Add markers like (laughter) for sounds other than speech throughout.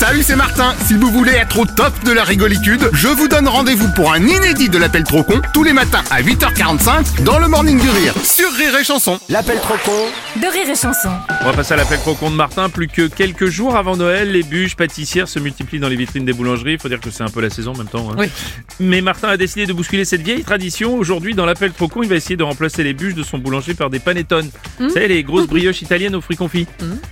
Salut, c'est Martin. Si vous voulez être au top de la rigolitude, je vous donne rendez-vous pour un inédit de l'appel trop con tous les matins à 8h45 dans le Morning du Rire sur Rire et Chanson. L'appel trop con de rire et chanson. On va passer à l'appel trop con de Martin. Plus que quelques jours avant Noël, les bûches pâtissières se multiplient dans les vitrines des boulangeries. Faut dire que c'est un peu la saison en même temps. hein. Oui. Mais Martin a décidé de bousculer cette vieille tradition. Aujourd'hui, dans l'appel trop con, il va essayer de remplacer les bûches de son boulanger par des panettones. Vous savez, les grosses brioches italiennes aux fruits confits.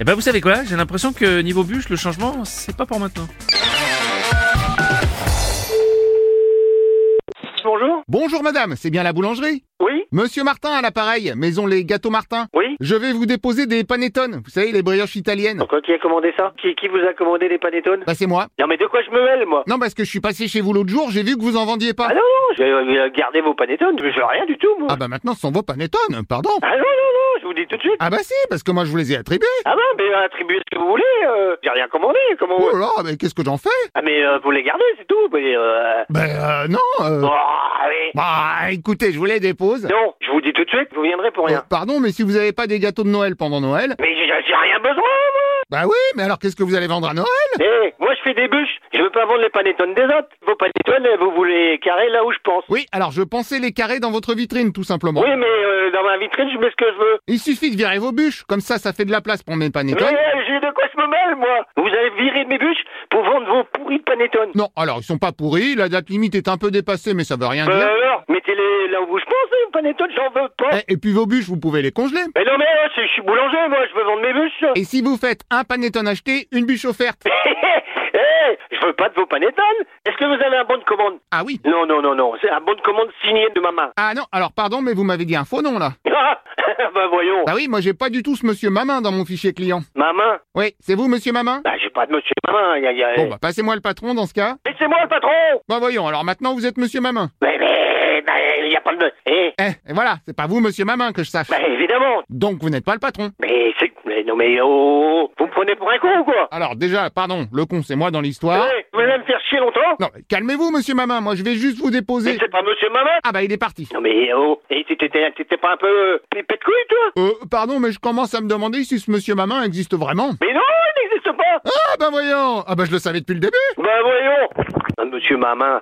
Et ben, vous savez quoi J'ai l'impression que niveau bûche, le changement, c'est pas pour maintenant. Bonjour. Bonjour madame, c'est bien la boulangerie Oui. Monsieur Martin à l'appareil, maison les gâteaux Martin. Oui. Je vais vous déposer des panettones, vous savez, les brioches italiennes. Pourquoi qui a commandé ça qui, qui vous a commandé des panettones Bah c'est moi. Non mais de quoi je me mêle moi Non, parce que je suis passé chez vous l'autre jour, j'ai vu que vous en vendiez pas. Ah non, j'ai euh, gardé vos panettones, je veux rien du tout moi. Ah bah maintenant ce sont vos panettones, pardon. Ah non, non, non, je vous dis tout de suite. Ah bah si, parce que moi je vous les ai attribués. Ah ben, mais attribuez ce que vous voulez, euh, j'ai rien commandé, comment Oh là, mais qu'est-ce que j'en fais Ah mais euh, vous les gardez, c'est tout. mais, euh, Ben euh, non. euh, oh, allez. Bah écoutez, je vous les dépose. Non, je vous dis tout de suite, vous viendrez pour rien. Oh, pardon, mais si vous n'avez pas des gâteaux de Noël pendant Noël, Mais j'ai j'ai rien besoin moi bah oui, mais alors qu'est-ce que vous allez vendre à Noël Eh, moi je fais des bûches, je veux pas vendre les panettones des autres. Vos panettones, euh, vous voulez carrer là où je pense. Oui, alors je pensais les carrer dans votre vitrine, tout simplement. Oui, mais euh, dans ma vitrine, je mets ce que je veux. Il suffit de virer vos bûches, comme ça, ça fait de la place pour mes Mais panettones. euh, j'ai de quoi je me mêle, moi Vous avez viré mes bûches pour vendre vos pourris de panettone. Non, alors ils sont pas pourris, la date limite est un peu dépassée, mais ça veut rien Bah dire. alors, mettez-les là où je pense, hein, les panettone, j'en veux pas Eh, Et, puis vos bûches, vous pouvez les congeler. Mais non, mais euh, je je suis boulanger, moi, je veux vendre mes bûches (laughs) Et si vous faites un panettone acheté, une bûche offerte. Hé, hé, eh, je veux pas de vos panettones Est-ce que vous avez un bon de commande Ah oui. Non, non, non, non, c'est un bon de commande signé de ma main. (laughs) Ah non, alors pardon, mais vous m'avez dit un faux nom là. Ah, (laughs) bah voyons, Bah oui, moi j'ai pas du tout ce monsieur Mamin dans mon fichier client. ma main Oui, c'est vous monsieur Mamin Bah j'ai pas de monsieur ma main, y a, y a... Bon bah passez-moi le patron dans ce cas. Laissez-moi le patron Bah voyons, alors maintenant vous êtes monsieur Mamin. Mais, mais, mais, y a pas de... Eh, Eh, et voilà, c'est pas vous monsieur Mamin que je sache. bah évidemment Donc vous n'êtes pas le patron. Mais c'est... Mais non, mais oh, oh, vous me prenez pour un con ou quoi Alors déjà, pardon, le con c'est moi dans l'histoire. Euh. Eh, Vous allez me faire chier longtemps Non, mais calmez-vous monsieur Mamin, moi je vais juste vous Mais déposer. c'est pas monsieur Maman Ah bah il est parti. Non mais oh, et t'étais t'étais pas un peu euh, pépé de couille toi Euh, pardon, mais je commence à me demander si ce monsieur Mamin existe vraiment. Mais non, il n'existe pas Ah bah voyons Ah bah je le savais depuis le début Bah voyons Ah, Monsieur Maman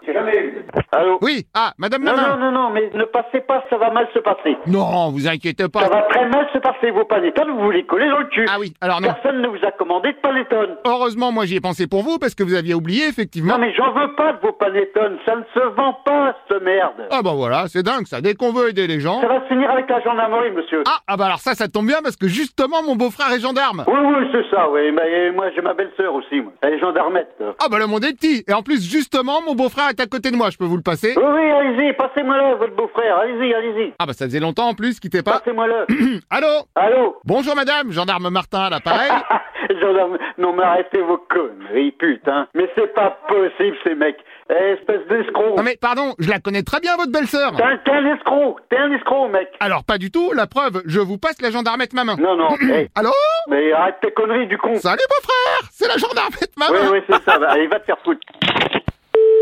Allô Oui, ah, madame Non, Mamin non, non, non, mais ne passez pas, ça va mal se passer. Non, vous inquiétez Ça pas. va très mal se passer, vos panettones, vous vous les collez dans le cul. Ah oui, alors non. Personne ne vous a commandé de panettones. Heureusement, moi j'y ai pensé pour vous parce que vous aviez oublié effectivement. Non, mais j'en veux pas de vos panettones, ça ne se vend pas, cette merde. Ah bah voilà, c'est dingue ça, dès qu'on veut aider les gens. Ça va se finir avec la gendarmerie, monsieur. Ah, ah bah alors ça, ça tombe bien parce que justement mon beau-frère est gendarme. Oui, oui, c'est ça, oui. Mais moi, j'ai ma belle-sœur aussi, moi. Elle est gendarmette. Oui, Ah bah le monde est petit. Et en plus, justement, mon beau-frère est à côté de moi, je peux vous le passer. oui, allez-y, passez-moi là, votre beau-frère, allez-y, allez-y. Ah bah ça faisait longtemps en plus, quittez pas. (coughs) Passez-moi là. Allô Allô (laughs) Bonjour madame, gendarme Martin à l'appareil. Ah, Gendarme, non mais arrêtez vos conneries, putain. Mais c'est pas possible, ces mecs. Eh, espèce d'escroc. Non Ah, mais pardon, je la connais très bien votre belle-sœur. T'es un, t'es un escroc, t'es un escroc, mec. Alors pas du tout, la preuve, je vous passe la gendarmette ma main. Non, non, hey, Allô mais arrête tes conneries, du con. Salut beau-frère C'est la gendarmette ma Oui, main oui, c'est ça, va. allez, va te faire foutre.